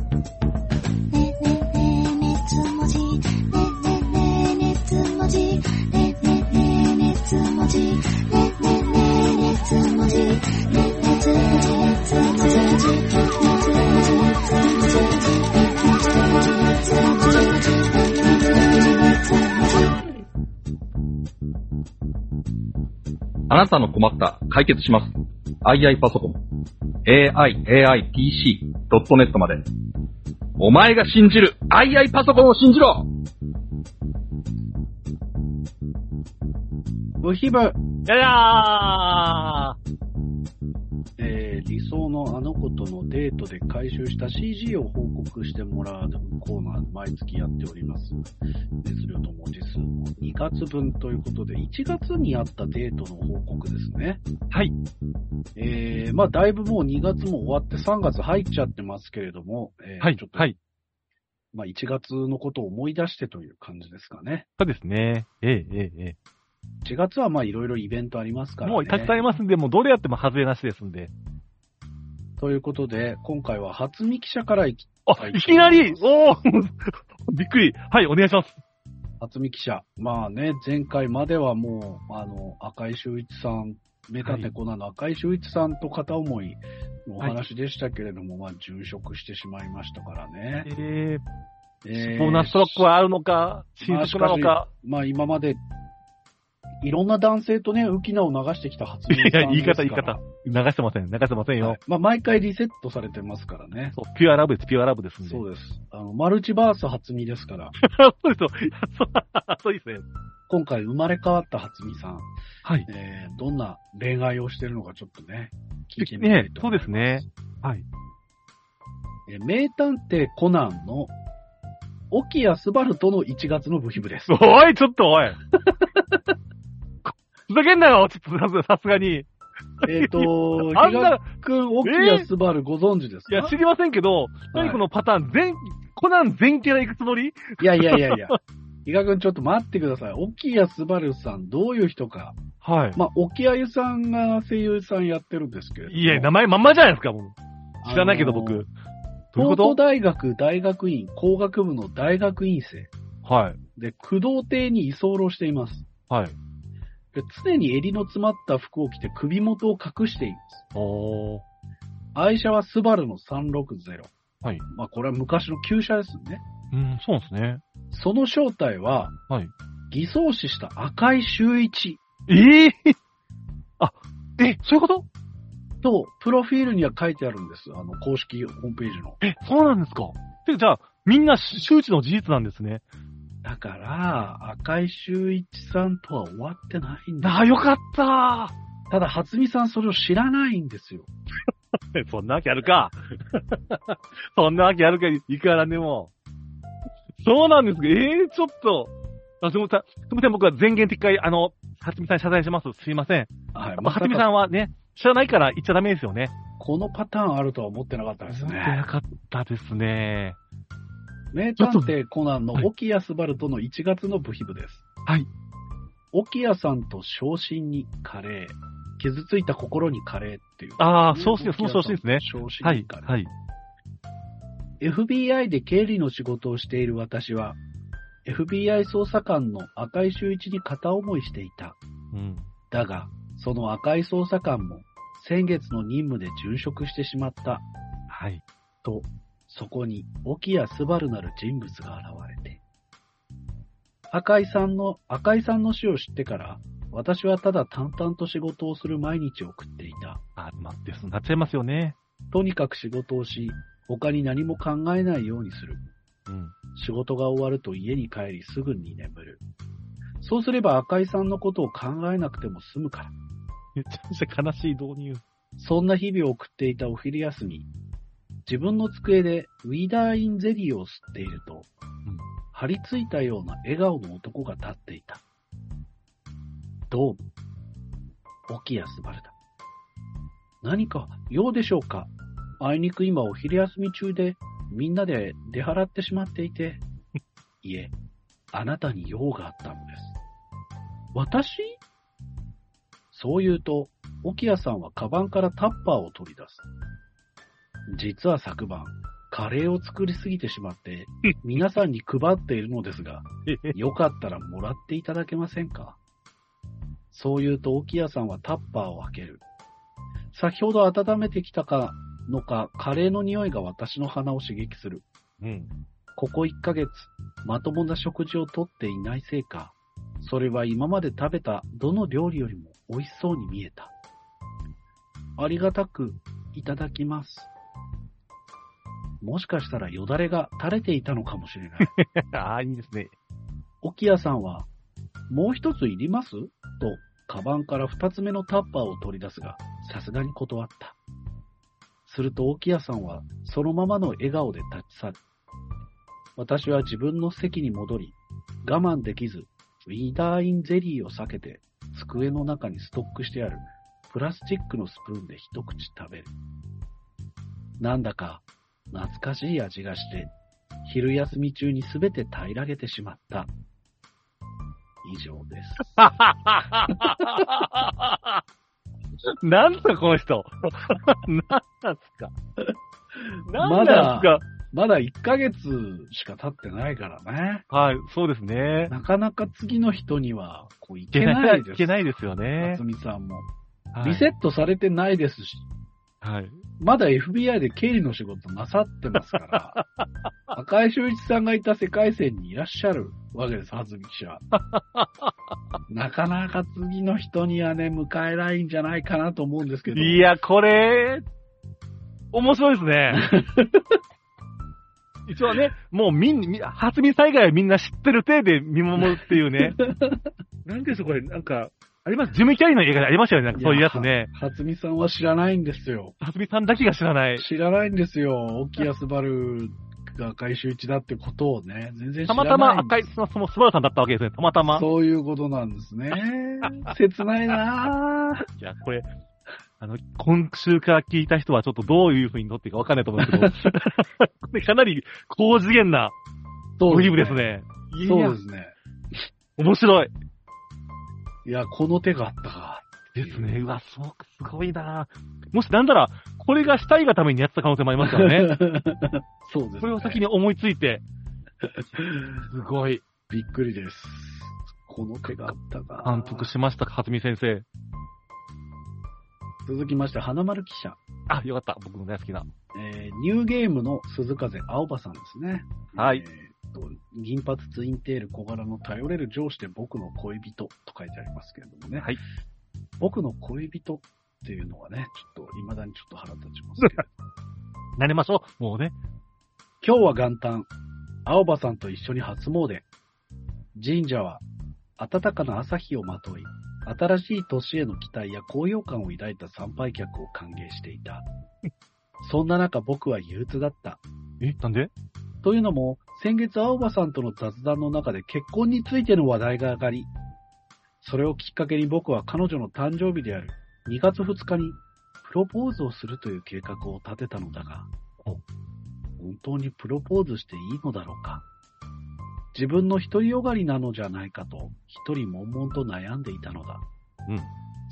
ねえねえねえねつもじ。ねえねえねえねつもじ。ねえねえねえねつもじ。ねえねえねえねつもじ。ねえねつもじねつもじねつもじねつもじねつもじ。あなたの困った解決します。II パソコン。aiaipc.net まで。お前が信じる II パソコンを信じろ部費部、やだえー、理想のあの子とのデートで回収した CG を報告してもらうコーナー、毎月やっております。熱量と文字数も2月分ということで、1月にあったデートの報告ですね。はい。えー、まあ、だいぶもう2月も終わって3月入っちゃってますけれども、えーはいちょっ、と、はい。まあ、1月のことを思い出してという感じですかね。そうですね。ええ、ええ、え1月はまあ、いろいろイベントありますえ。からね。もうたくさんありますんで、もうどれやっても外れなしですんで。ということで、今回は初見記者からいき、はあ、いいきなりおお びっくり。はい、お願いします。初見記者。まあね、前回まではもう、あの、赤井秀一さん、メタテコナの赤井秀一さんと片思いのお話でしたけれども、まあ、殉職してしまいましたからね。えええーボーナストラックはあるのか、新まあ作なのか。まあ、今まで、いろんな男性とね、浮き名を流してきた初見さんですいからや、。言い方、言い方。流してません。流してませんよ。はいまあ、毎回リセットされてますからね。そう、ピュアラブです、ピュアラブですんで。そうです。あの、マルチバース初見で すから、そうですよ。そうそうですね。今回生まれ変わった初見さん。はい。えーどんな恋愛をしてるのかちょっとね、聞いてみたいと思いまねそうですす。ね。えー名探偵コナンの、沖谷スバルとの1月の部品部です。おい、ちょっとおい。ふざけんなよ、ちょっとさすさすがに。えっと、 あ比んな嘉、くん、沖谷スバルご存知ですいかや、知りませんけど、はい何このパターン、全、コナン全キャラ行くつもりいやいやいやいや。比嘉くん、ちょっと待ってください。沖谷スバルさん、どういう人か。はい。まあ、沖谷さんが声優さんやってるんですけれども。いや、名前まんまじゃないですか、もう。知らないけど、あのー僕。どういうこと東都大学大学院工学部の大学院生。はい。で、工藤邸に居候しています。はい。で常に襟の詰まった服を着て首元を隠しています。おー。愛車はスバルの360。はい。まあこれは昔の旧車ですね。うん、そうですね。その正体は、はい偽装死した赤井秀一ええあ、え、そういうことと、プロフィールには書いてあるんです。あの、公式ホームページの。え、そうなんですか。てか、じゃあ、みんな周知の事実なんですね。だから、赤井秀一さんとは終わってないんだ。ああ、よかったー。ただ、初見さんそれを知らないんですよ。 そんなわけあるか。そんなわけあるか、いくらでも。そうなんですけど、ええちょっと。あ、すみません。すみません、僕は全言撤回、あの、はつみさんに謝罪します。すいません。はい。まあ、はつみささんはね、知らないから言っちゃダメですよね。このパターンあるとは思ってなかったです思ってねな。かったですね。名探偵コナンの沖谷スバルとの1月の部品部です。はい。沖谷さんと昇進にカレー、傷ついた心にカレーっていう。ああ、そうですね、その昇進ですね。昇進はにい、カレー。はい。 FBI で経理の仕事をしている私は、FBI 捜査官の赤井秀一に片思いしていた。うん。だが、その赤井捜査官も先月の任務で殉職してしまった。はい。と、そこに沖谷スバルなる人物が現れて、赤井さんの、赤井さんの死を知ってから、私はただ淡々と仕事をする毎日を送っていた。あ、まあ、です。なっちゃいますよね。とにかく仕事をし、他に何も考えないようにする。うん。仕事が終わると家に帰りすぐに眠る。そうすれば赤井さんのことを考えなくても済むから。めちゃくちゃ悲しい導入。そんな日々を送っていたお昼休み、自分の机でウィダーインゼリーを吸っていると、うん張り付いたような笑顔の男が立っていた。どうも、沖安丸だ。何か用でしょうかあいにく今お昼休み中でみんなで出払ってしまっていて、いえ、あなたに用があったのです。私そう言うと、沖谷さんはカバンからタッパーを取り出す。実は昨晩、カレーを作りすぎてしまって、皆さんに配っているのですが、よかったらもらっていただけませんかそう言うと、沖谷さんはタッパーを開ける。先ほど温めてきたかのか、カレーの匂いが私の鼻を刺激する。うん。ここ1ヶ月、まともな食事をとっていないせいか、それは今まで食べたどの料理よりも美味しそうに見えた。ありがたくいただきます。もしかしたらよだれが垂れていたのかもしれない。 ああ、いいですね。沖谷さんは、もう一ついりますと、カバンから二つ目のタッパーを取り出すが、さすがに断った。すると沖谷さんは、そのままの笑顔で立ち去る。私は自分の席に戻り、我慢できず、ウィーダーインゼリーを避けて、机の中にストックしてある、プラスチックのスプーンで一口食べる。なんだか、懐かしい味がして、昼休み中にすべて平らげてしまった。以上です。 なんすか、この人。 なんなんすか。なんまなんだすか。まだ1ヶ月しか経ってないからね。はい、そうですね。なかなか次の人には、こう、いいけないです。いけないですよね辰。巳さんも。はいリセットされてないですし、はい。まだ FBI で経理の仕事なさってます から、赤井秀一さんがいた世界線にいらっしゃるわけです、ずみ記者。なかなか次の人にはね、迎えないんじゃないかなと思うんですけど。いや、これ、面白いです ね。一応ね、もうみん、み初見災害はみんな知ってる体で見守るっていう ね。なんでしょう、これ、なんか、 あります。ジム・キャリーの映画でありましたよね、なんかそういうやつね。初見さんは知らないんですよ。初見さんだけが知らない。知らないんですよ。沖安バルが回収一だってことをね、全然知たらなまたい。ま赤い、その、その、スバルさんだったわけですね。たまたま。そういうことなんで すね。切ないなぁ。いや、これ、あの、今週から聞いた人はちょっとどういう風に撮っていいかわかんないと思うんですけど、 これかなり高次元なそドリブです。ね。いやそうですね。面白い。いや、この手があったか。ですね。うわ、すごくすごいなもしなんなら、これがしたいがためにやってた可能性もありますから ね。 そうです、ね。それを先に思いついて。すごい。びっくりです。この手があったか。反復しましたか、はずみ先生。続きまして、花丸記者。あ、よかった。僕の大好きな。えーニューゲームの鈴風青葉さんですね。はいえーっと銀髪ツインテール小柄の頼れる上司で僕の恋人と書いてありますけれどもね。はい僕の恋人っていうのはね、ちょっと、未だにちょっと腹立ちますけど。慣れましょう。もうね。今日は元旦、青葉さんと一緒に初詣。神社は、暖かな朝日をまとい、新しい年への期待や高揚感を抱いた参拝客を歓迎していた。そんな中僕は憂鬱だった。え、なんでというのも、先月青葉さんとの雑談の中で結婚についての話題が上がり、それをきっかけに僕は彼女の誕生日である2月2日にプロポーズをするという計画を立てたのだが、お本当にプロポーズしていいのだろうか。自分の独りよがりなのじゃないかと、一人悶々と悩んでいたのだ。うん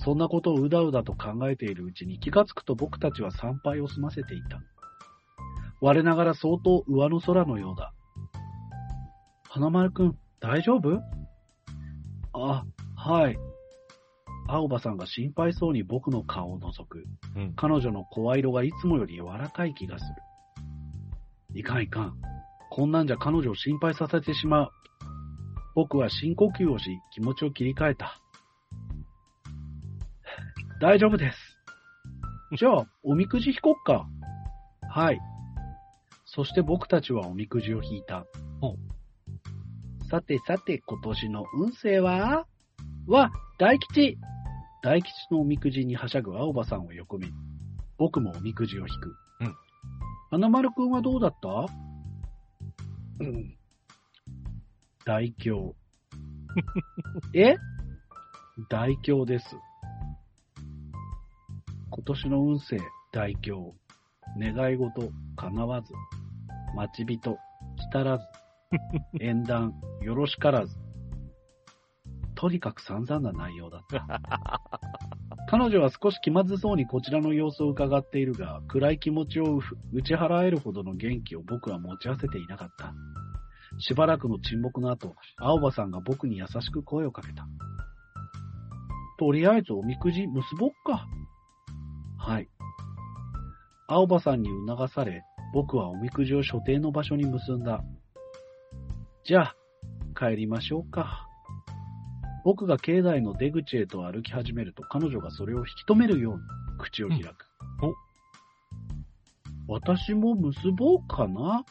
そんなことをうだうだと考えているうちに気がつくと僕たちは参拝を済ませていた。我ながら相当上の空のようだ。花丸くん、大丈夫あ、はい。青葉さんが心配そうに僕の顔を覗く。うん彼女の声色がいつもより柔らかい気がする。いかんいかん。こんなんじゃ彼女を心配させてしまう。僕は深呼吸をし、気持ちを切り替えた。大丈夫です。じゃあ、おみくじ引こっか。はい。そして僕たちはおみくじを引いた。ほさてさて、今年の運勢はは、大吉大吉のおみくじにはしゃぐ青葉さんを横目に、僕もおみくじを引く。うん。花丸くんはどうだったうん。大 凶。え大凶です。今年の運勢、大凶。願い事、叶わず。待ち人、来た らず。縁談、よろしからず。とにかく散々な内容だった。彼女は少し気まずそうにこちらの様子を伺っているが、暗い気持ちを打ち払えるほどの元気を僕は持ち合わせていなかった。しばらくの沈黙の後、青葉さんが僕に優しく声をかけた。とりあえずおみくじ結ぼっか。はい。青葉さんに促され、僕はおみくじを所定の場所に結んだ。じゃあ、帰りましょうか。僕が境内の出口へと歩き始めると彼女がそれを引き止めるように口を開く。うんお私も結ぼうかな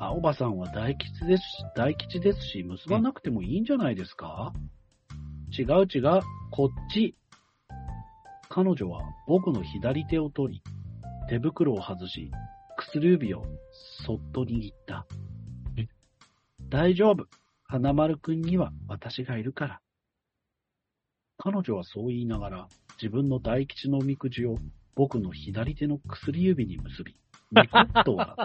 青葉さんは大吉ですし、大吉ですし、結ばなくてもいいんじゃないですか、違う違う、こっち。彼女は僕の左手を取り、手袋を外し、薬指をそっと握った。え大丈夫。花丸くんには私がいるから。彼女はそう言いながら、自分の大吉のおみくじを僕の左手の薬指に結び、ニコッと笑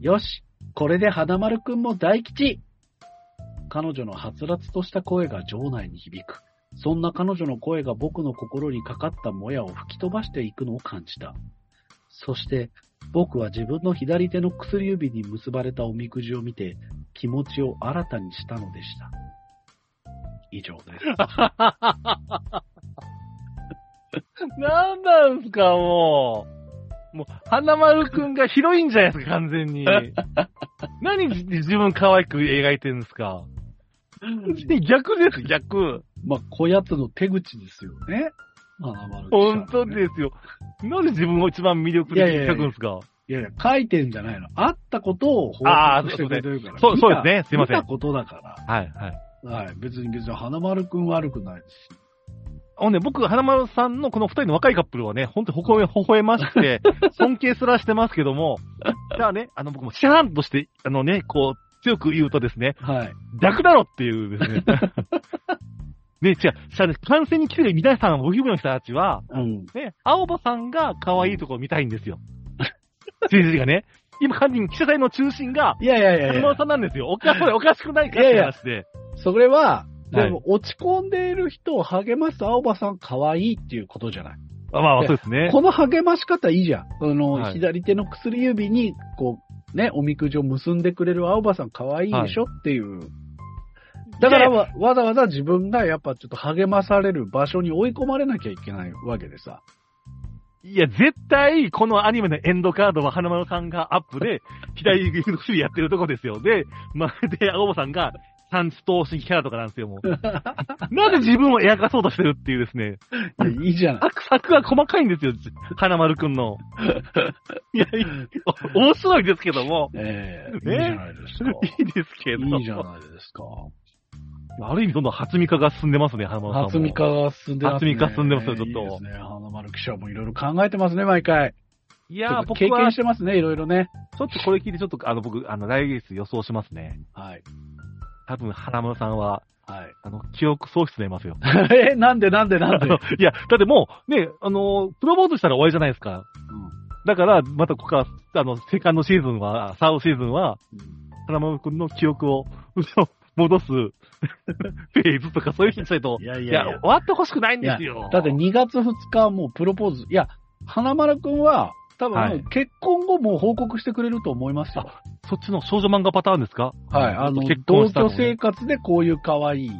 うよし、これで花丸くんも大吉彼女のはつらつとした声が場内に響く。そんな彼女の声が僕の心にかかったもやを吹き飛ばしていくのを感じた。そして、僕は自分の左手の薬指に結ばれたおみくじを見て、気持ちを新たにしたのでした。以上で す。なんなんすか、もう。もう、花丸くんが広いんじゃないですか、完全 に。何じ自分可愛く描いてるんですか。逆です、逆。まあ、こやつの手口ですよね。まあ、まあ本当。ですよ。なんで自分を一番魅力的に描くんですかいやいや、書いてんじゃないの。あったことを報あー告してくれてるから。そうそうですね見たすいません見たことだかはい、はい。ら。はい。別に別に、花丸くん悪くないですし。あのね、僕、花丸さんのこの二人の若いカップルはね、本当に微笑微笑ましく て、尊敬すらしてますけども、じゃあね、あの僕もシャーンとして、あのね、こう、強く言うとですね、はい。逆だろっていう ですね。ね、違う、じゃあね、観戦に来てる皆さん、ご気分の人たちは、うん。ね、青葉さんが可愛いとこを見たいんですよ。政治がね。今、完全に記者隊の中心が、いやいやいや花いや丸さんなんですよ。おかおかしくないかって話で。それは、はいでも、落ち込んでいる人を励ます青葉さん可愛いっていうことじゃない。あまあまあ、そうですね。この励まし方いいじゃん。あの、はい左手の薬指に、こう、ね、おみくじを結んでくれる青葉さん可愛いでしょっていう。だからわわざわざ自分がやっぱちょっと励まされる場所に追い込まれなきゃいけないわけでさ。いや、絶対、このアニメのエンドカードは花丸さんがアップ で、左右の首やってるとこですよ。で、まるで青葉さんが、三つ投資キャラとかなんですよ、 もう。なぜ自分を描かそうとしてるっていうですね。いやいいじ ゃない。作、作は細かいんですよ、花丸くん の。いや、いお面白いですけども。ええいいじねゃないですか。いいですけど。いいじゃないですか。ある意味、どんどん初見化が進んでますね、花丸さんも。初見化が進んでますね。初見化進んでますよちょっといいですね。花丸記者もいろいろ考えてますね、毎回。いちやー、ょっと僕経は、験しちてますね、いろいろね。ょっとこれ聞いて、ちょっと、あの、僕、あの、来月予想しますね。はい。多分、花丸さんは、はい。あの、記憶喪失になりますよ。 え、なんでなんでなんで、いや、だってもう、ね、あのー、プロポーズしたら終わりじゃないですか。だから、またここから、あの、セカンドシーズンは、サードシーズンは、うん花丸くんの記憶を、戻す、 フェーズとかそういう人にしたいと。いやいいややいや。終わってほしくないんですよ。だって2月2日はもうプロポーズ。いや、花丸くんは、多分、はい結婚後も報告してくれると思いますよ。そっちの少女漫画パターンですかはい、あの、結同婚した居の生活でこういう可愛い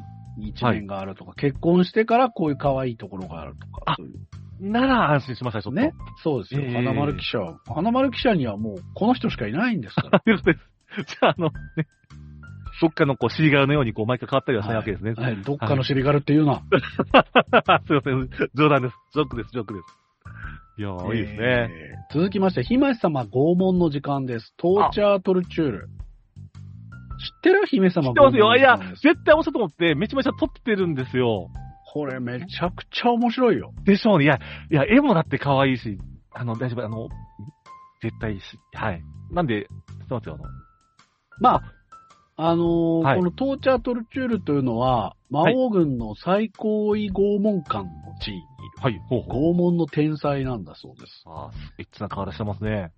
一面があるとか、結婚してからこういう可愛いところがあるとか。あそういうなら安心しました、ちょっと。ね。そうですよ。ええ花丸記者は、花丸記者にはもうこの人しかいないんですから。ということです。 じゃあ、あの、ね、どっかのこう、シリガルのようにこう、毎回変わった りはしないわけですね。はいはいどっかのシリガルっていう のは。すいません、冗談です。ジョークです、ジョークです。いやー、いいですね。えー続きまして、姫様拷問の時間です。トーチャートルチュール。知ってる姫様知拷ってま問すよ。のい時間やです。、絶対面白いと思って、めちゃめちゃ撮ってるんですよ。これめちゃくちゃ面白いよ。でしょうね。いや、いや、絵もだって可愛いし、あの、大丈夫、あの、絶対し、はい。なんで、すいません、あの、まあ、あのーはいこのトーチャートルチュールというのは、魔王軍の最高位拷問官の地位にいる。はい、ほうほう。拷問の天才なんだそうです。あー、スイッチな顔出してますね。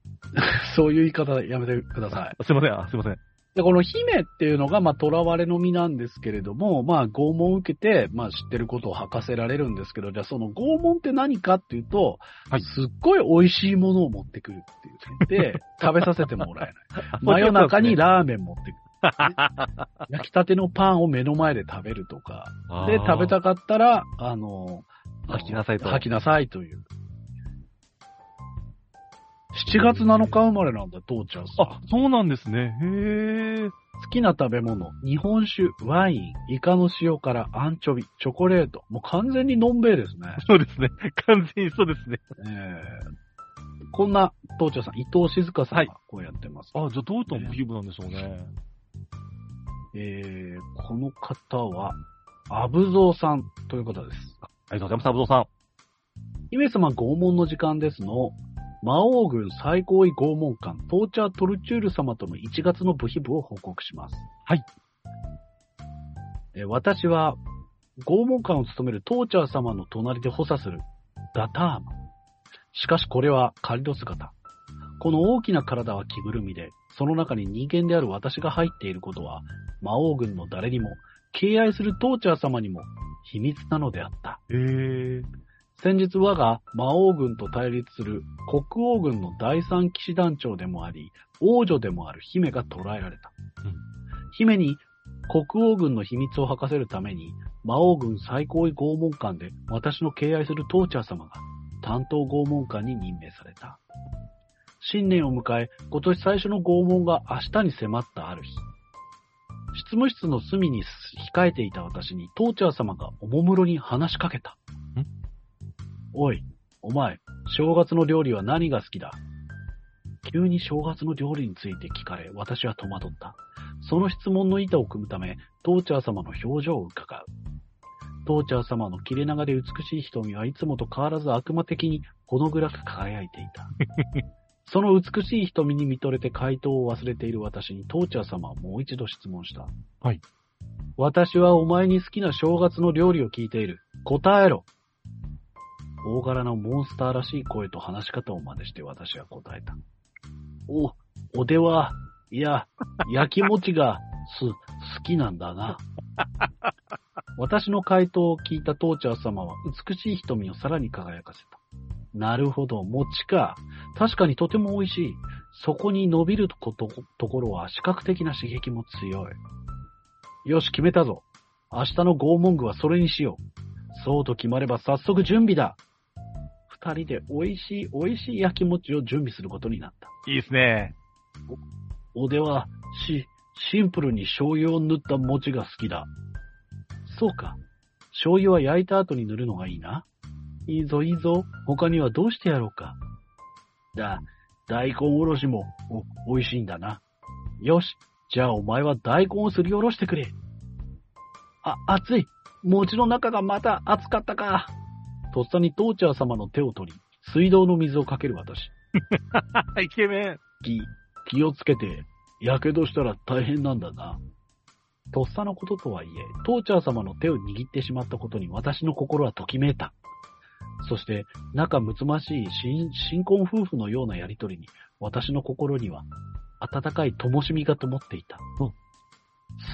そういう言い方やめてください。すいません、あすいません。で、この姫っていうのが、まあ、囚われの身なんですけれども、まあ、拷問を受けて、まあ、知ってることを吐かせられるんですけど、じゃあ、その拷問って何かっていうと、はいすっごい美味しいものを持ってくるっていう。 で、食べさせてもらえない。真夜中にラーメン持ってくる。 焼きたてのパンを目の前で食べるとか、で、食べたかったら、あの、吐きなさいと吐きなさいという。7月7日生まれなんだ、父ちゃんさん。あ、そうなんですね。へえ。好きな食べ物、日本酒、ワイン、イカの塩辛、アンチョビ、チョコレート。もう完全にのんべえですね。そうですね。 完全にそうですね。えーこんな、東ちゃんさん、伊藤静香さんはいがこうやってます。あ、じゃあどういった部分なんでしょうね。えーこの方は、アブゾウさんという方です。ありがとうございます、サブゾウさん。姫様拷問の時間ですの、魔王軍最高位拷問官、トーチャー・トルチュール様との1月の部費部を報告します。はい。えー私は、拷問官を務めるトーチャー様の隣で補佐する、ダターマン。しかしこれは仮の姿。この大きな体は着ぐるみで、その中に人間である私が入っていることは、魔王軍の誰にも、敬愛するトーチャー様にも、秘密なのであった。へえ。先日我が魔王軍と対立する国王軍の第三騎士団長でもあり、王女でもある姫が捕らえられた。うん姫に国王軍の秘密を吐かせるために、魔王軍最高位拷問官で私の敬愛するトーチャー様が担当拷問官に任命された。新年を迎え、今年最初の拷問が明日に迫ったある日。執務室の隅に控えていた私に、トーチャー様がおもむろに話しかけた。おい、お前、正月の料理は何が好きだ急に正月の料理について聞かれ、私は戸惑った。その質問の板を組むため、トーチャー様の表情を伺う。トーチャー様の切れ長で美しい瞳はいつもと変わらず悪魔的にほの暗く輝いてい た。その美しい瞳に見とれて回答を忘れている私にトーチャー様はもう一度質問した。はい。私はお前に好きな正月の料理を聞いている。答えろ。大柄のモンスターらしい声と話し方を真似して私は答えた。お、おでは、いや、焼き餅が、す、好きなんだな。私の回答を聞いたトーチャー様は美しい瞳をさらに輝かせた。なるほど、餅か。確かにとても美味しい。そこに伸びることところは視覚的な刺激も強い。よし、決めたぞ。明日の拷問具はそれにしよう。そうと決まれば早速準備だ。二人で美味しい美味しい焼き餅を準備することになった。いいですね。おでは、し、シンプルに醤油を塗った餅が好きだ。そうか。醤油は焼いた後に塗るのがいいな。いいぞいいぞ。他にはどうしてやろうか。だ、大根おろしも、お、美味しいんだな。よし。じゃあお前は大根をすりおろしてくれ。あ、熱い。餅の中がまた熱かったか。とっさにトーチャー様の手を取り、水道の水をかける私。あ、イケメン。気、気をつけて、やけどしたら大変なんだな。とっさのこととはいえ、トーチャー様の手を握ってしまったことに私の心はときめいた。そして、仲睦ましい新新婚夫婦のようなやりとりに、私の心には、温かい灯しみが灯っていた。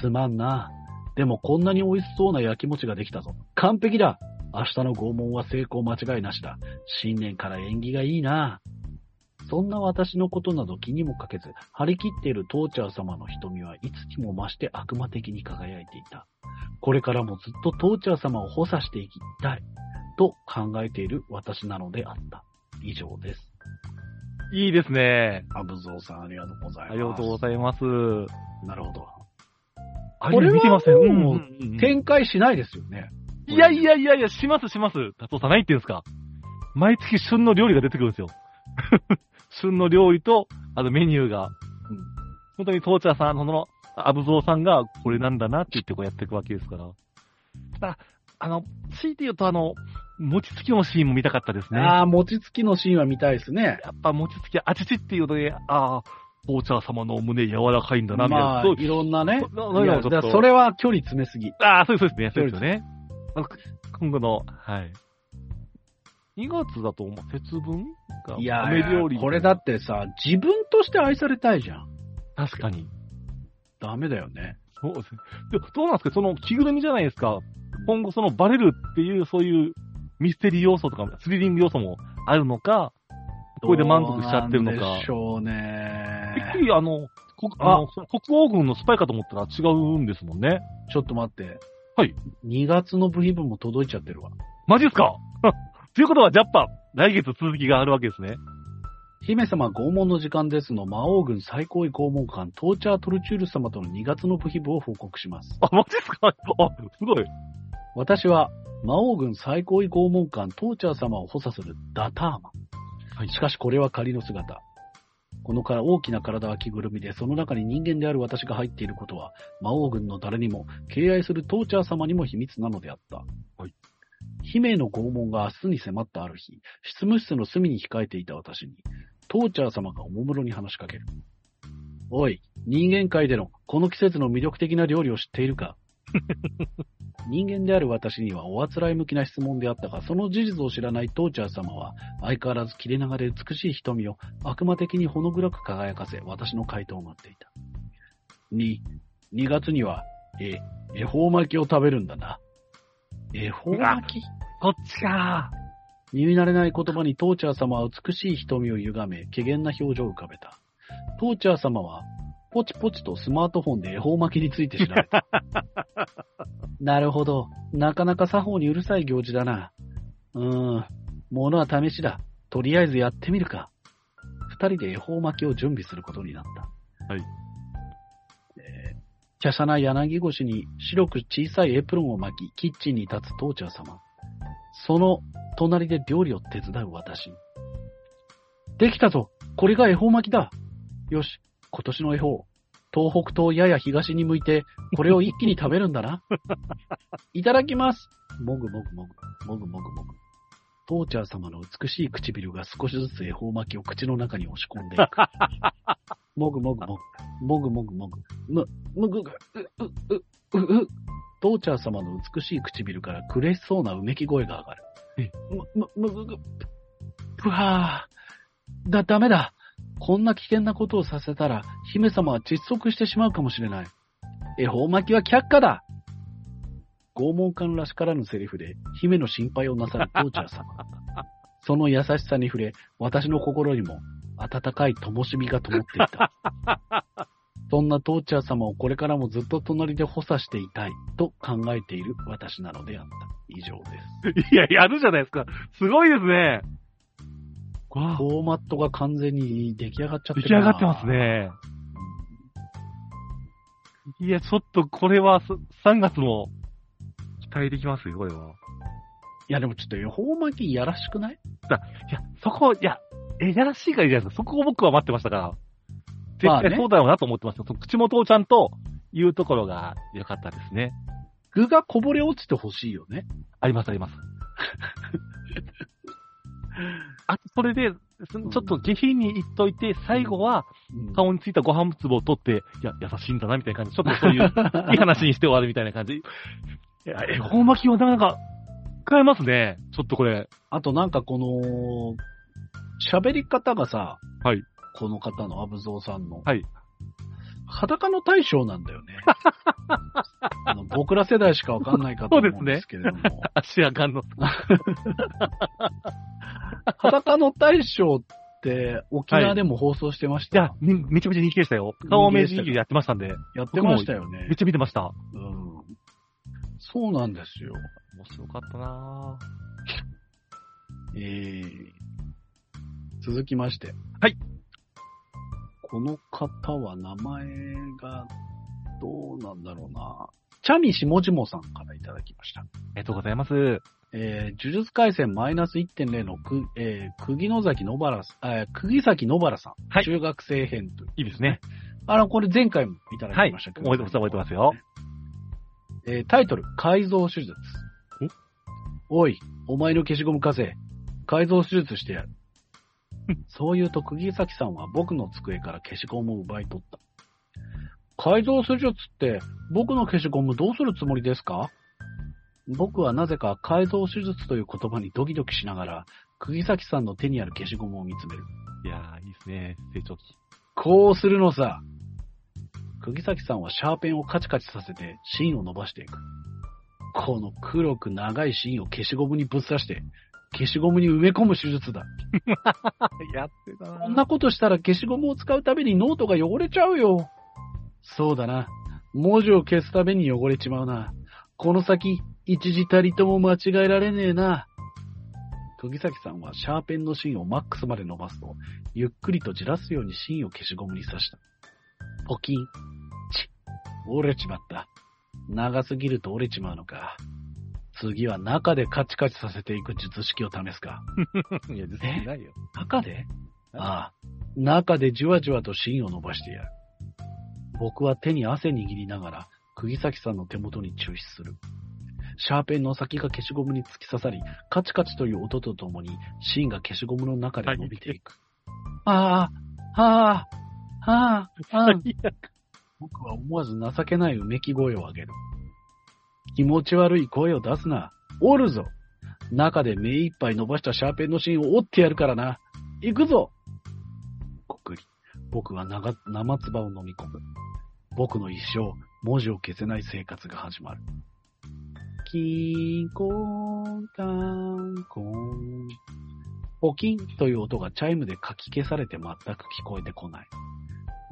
すまんな。でもこんなに美味しそうな焼き餅ができたぞ。完璧だ明日の拷問は成功間違いなしだ。新年から縁起がいいな。そんな私のことなど気にもかけず、張り切っているトーチャー様の瞳はいつにも増して悪魔的に輝いていた。これからもずっとトーチャー様を補佐していきたい、と考えている私なのであった。以上です。いいですね。アブゾウさんありがとうございます。ありがとうございます。なるほど。あこれは見てません。もううん展開しないですよね。いやいやいやいや、しますします。達夫さん何言ってんですか毎月旬の料理が出てくるんですよ。 旬の料理と、あとメニューが。うん本当にトーチャーさん、その、アブゾウさんがこれなんだなって言ってこうやっていくわけですから。ただ、あの、強いて言うとあの、餅つきのシーンも見たかったですね。やああ、餅つきのシーンは見たいですね。っぱ餅つき、あちちっていうので、ああ、トーチャー様の胸柔らかいんだな、みたいな。まあ、そういろんなね。なないいなちやょっとだからそれは距離詰めすぎ。ああ、そうです、そうですね。そうですよね。あの今後の、はい。2月だと思う、節分がいや米料理。これだってさ、自分として愛されたいじゃん。確かに。ダメだよね。そうですね。でどうなんですかその着ぐるみじゃないですか。今後そのバレるっていう、そういうミステリー要素とか、スリリング要素もあるのか、これで満足しちゃってるのかどうなんでしょうびっねく。 りあの、国あの国王軍のスパイかと思ったら違うんですもんね。ちょっと待って。はい。 2月の部品分も届いちゃってるわ。マジですか ということは、やっぱ、来月続きがあるわけですね。姫様拷問の時間ですの魔王軍最高位拷問官トーチャートルチュール様との2月の部品部を報告します。あ、マジですかあ、 すごい。私は魔王軍最高位拷問官トーチャー様を補佐するダターマン。はいしかしこれは仮の姿。このから大きな体は着ぐるみで、その中に人間である私が入っていることは、魔王軍の誰にも、敬愛するトーチャー様にも秘密なのであった。はい姫の拷問が明日に迫ったある日、執務室の隅に控えていた私に、トーチャー様がおもむろに話しかける。おい、人間界でのこの季節の魅力的な料理を知っているか人間である私にはおあつらい向きな質問であったが、その事実を知らないトーチャー様は、相変わらず切れ長で美しい瞳を悪魔的にほの暗く輝かせ、私の回答を待っていた。2、2月には、え、恵方巻きを食べるんだな。恵方巻きこっちか耳慣れない言葉にトーチャー様は美しい瞳を歪め、怪げな表情を浮かべた。トーチャー様は、ポチポチとスマートフォンで恵方巻きについて調 べた。なるほど。なかなか作法にうるさい行事だな。うーん。ものは試しだ。とりあえずやってみるか。二人で恵方巻きを準備することになった。はい。えー、華奢な柳越しに白く小さいエプロンを巻き、キッチンに立つトーチャー様。その隣で料理を手伝う私。できたぞこれが恵方巻きだよし、今年の恵方。東北とやや東に向いて、これを一気に食べるんだな。いただきますもぐもぐもぐ、もぐもぐもぐ。トーチャー様の美しい唇が少しずつ恵方巻きを口の中に押し込んでいく。もぐもぐもぐ、もぐもぐもぐ、む、むぐぐ、う、う、う、う、う。トーチャー様の美しい唇から苦しそうなうめき声が上がる。む、む、むぐぐ、ぷはー。だ、ダメだ。こんな危険なことをさせたら、姫様は窒息してしまうかもしれない。恵方巻きは却下だ拷問官らしからぬセリフで、姫の心配をなさるトーチャー様。その優しさに触れ、私の心にも温かい灯火が灯っていた。そんなトーチャー様をこれからもずっと隣で補佐していたいと考えている私なのであった。以上です。いや、やるじゃないですか。すごいですね。わあフォーマットが完全に出来上がっちゃって出る来な上がってます。ね。いや、ちょっとこれはす3月も期待できますよ、これは。いや、でもちょっと予報巻きやらしくないいや、そこ、いや、えやらしいからいいじゃないですか。そこを僕は待ってましたから。絶まあね対そうだろうなと思ってました。その口元をちゃんと言うところが良かったですね。具がこぼれ落ちてほしいよね。ありますあります。 あと、それで、そのちょっと下品に言っといて、最後はうん顔についたご飯粒を取って、いや、優しいんだなみたいな感じ。ちょっとそういういい話にして終わるみたいな感じ。いや、恵方巻きはなかなか使えますね。ちょっとこれ。 あとなんかこの、喋り方がさ、はいこの方のアブゾウさんの、はい裸の大将なんだよね。 あの僕ら世代しかわかんないかと思うんですけれども、足あかんの。裸の大将って沖縄でも放送してましいた。や、にめちゃめちゃ人気でしたよ。顔明治人気でやってましたんで、やってましたよねめっ。ちゃ見てました。面うん、そうなんですよ。白かったなぁ。えー、続きまして。はい。この方は名前がどうなんだろうな。チャミシモジモさんからいただきました。ありがとうございます。はい。えー、呪術回戦マイナス1.0のく、えー、釘野崎野原さん、えー、釘崎野原さん。はい中学生編という。いいですね。あの、これ前回もいただはきい。ました覚けえど。てます、覚えてますよ。えータイトル、改造手術。おい、お前の消しゴム課せ。改造手術してやる。そう言うと、釘崎さんは僕の机から消しゴムを奪い取った。改造手術って、僕の消しゴムどうするつもりですか僕はなぜか改造手術という言葉にドキドキしながら、釘崎さんの手にある消しゴムを見つめる。いやー、いいですね。成長期。こうするのさ。釘崎さんはシャーペンをカチカチさせて芯を伸ばしていく。この黒く長い芯を消しゴムにぶっ刺して、消しゴムに埋め込む手術だ。 やってたなこんなことしたら消しゴムを使うたびにノートが汚れちゃうよ。そうだな。文字を消すたびに汚れちまうな。この先、一時たりとも間違えられねえな。釘崎さんはシャーペンの芯をマックスまで伸ばすと、ゆっくりとじらすように芯を消しゴムに刺した。ポキン。チッ。折れちまった。長すぎると折れちまうのか。次は中でカチカチさせていく術式を試すか。 いや、実際ないよ。中でああ、中でじわじわと芯を伸ばしてやる。僕は手に汗握りながら、釘崎さんの手元に注視する。シャーペンの先が消しゴムに突き刺さり、カチカチという音とともに、芯が消しゴムの中で伸びていく。ああ、ああ、ああ、ああ。僕は思わず情けないうめき声を上げる。気持ち悪い声を出すな。折るぞ。中で目いっぱい伸ばしたシャーペンの芯を折ってやるからな。行くぞこっくり。僕は長生唾を飲み込む。僕の一生、文字を消せない生活が始まる。キーコンカンコン。ポキンという音がチャイムでかき消されて全く聞こえてこない。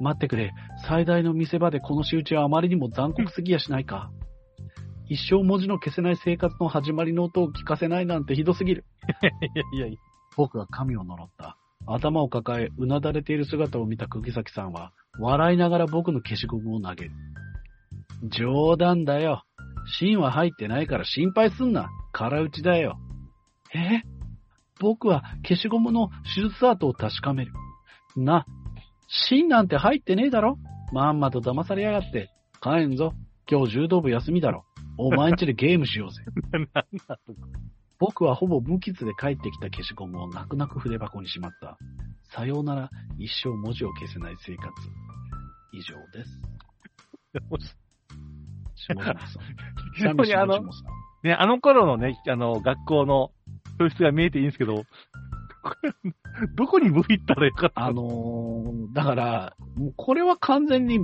待ってくれ。最大の見せ場でこの仕打ちはあまりにも残酷すぎやしないか。一生文字の消せない生活の始まりの音を聞かせないなんてひどすぎる。いやいや、僕は神を呪った。頭を抱え、うなだれている姿を見た釘崎さんは、笑いながら僕の消しゴムを投げる。冗談だよ。芯は入ってないから心配すんな。空打ちだよ。え僕は消しゴムの手術跡を確かめる。な、芯なんて入ってねえだろまんまと騙されやがって。帰んぞ。今日柔道部休みだろ。お前んちでゲームしようぜ。 僕はほぼ無傷で帰ってきた消しゴムを泣く泣く筆箱にしまった。さようなら、一生文字を消せない生活。以上です。下村さん。 非常にあ下村の下、村さんね、あの頃のね、あの、学校の教室が見えていいんですけど、 どこに部行ったらよかったあののー、だから、もうこれは完全に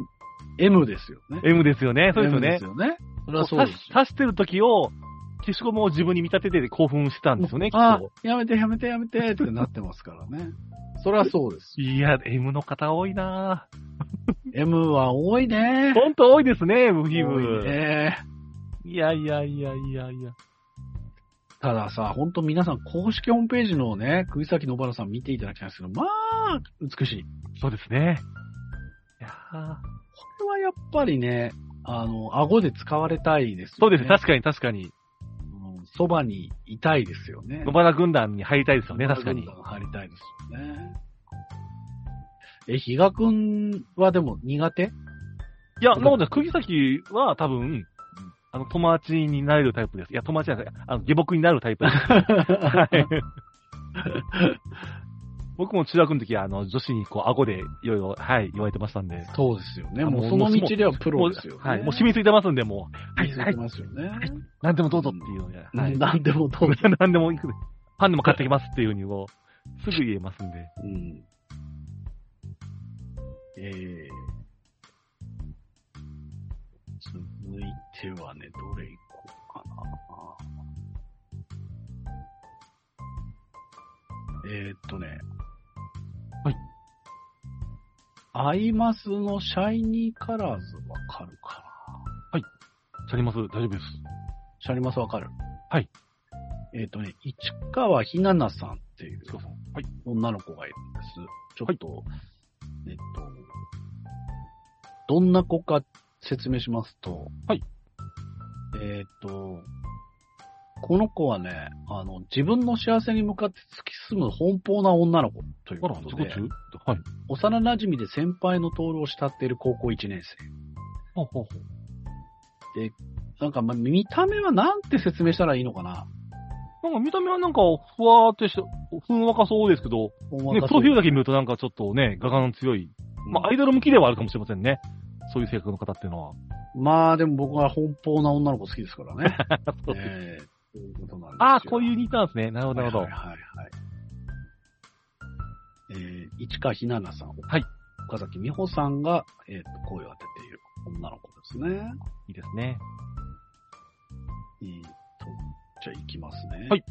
M ですよね。 ?M ですよね。そうですよ M ねです。よね。それもうはそう刺でしすよ。刺してる時を、消しゴムを自分に見立てて興奮してたんですよね、きっあと。やめてやめてやめてってなってますからね。それはそう です。いや、M の方多い な M は多いぁ。。ねほんと多いですね、M フィ多いブ。ね。いやいやいやいやいや。たださ、ほんと皆さん、公式ホームページのね、釘崎野原さん見ていただきたいんですけど、まあ、美しい。そうですね。いやーこれはやっぱりね、あの、顎で使われたいですそようね。ですね、確かに確かに。うんそばにいたいですよね。野原軍団に入りたいですよね、確かにどん。どん入りたいですよね。え、比嘉くんはでも苦手いや、なので、釘崎は多分、あの、友達になれるタイプです。いや、友達じゃない、あの、下僕になるタイ プです。はい。僕も中学の時は、あの、女子にこう、顎でいろいろ、はい、言われてましたんで。 そうですよね。あももううその道ではプもロうですよ、ね。はい、もう染み付いてますんで、もう。は見い、せはてい、ますよね。何でもどうぞっていうので、はい。何でもどうぞ。何でもいく。パンでも買ってきますっていうふうにこう、すぐ言えますんで。うん。えー、続いてはね、どれいこうかな。えー、っとね。はい。アイマスのシャイニーカラーズわかるかなチャリます大丈夫です。シャイニーマスわかるはい。えー、っとね、市川ひななさんっていう。そうそうはい。女の子がいるんです。ちょっと、えっと、どんな子か説明しますと、はい。えっと、この子はね、あの、自分の幸せに向かって突き進む奔放な女の子というあこら、と自で己、中はい。幼馴染で先輩の徹を慕っている高校1年ほうほうほ生。なんか、まあ、見た目はなんて説明したらいいのかな。う。なんか見た目はなんか、ふわーってして、ふんわかそうですけど、ね、プロフィールだけ見るとなんかちょっとね、画眼強い。まあ、アイドル向きではあるかもしれませんね。そういう性格の方っていうのは。まあ、でも僕は奔放な女の子好きですから ね。そうええそういうことなんですよああ、こういう似たんですね。なるほど、なるほど。はいはいはい、はい。えー、市川ひななさん。はい。岡崎美穂さんが、えーと、声を当てている。ですね。いいですね。いいと。じゃあ、行きますね。はい。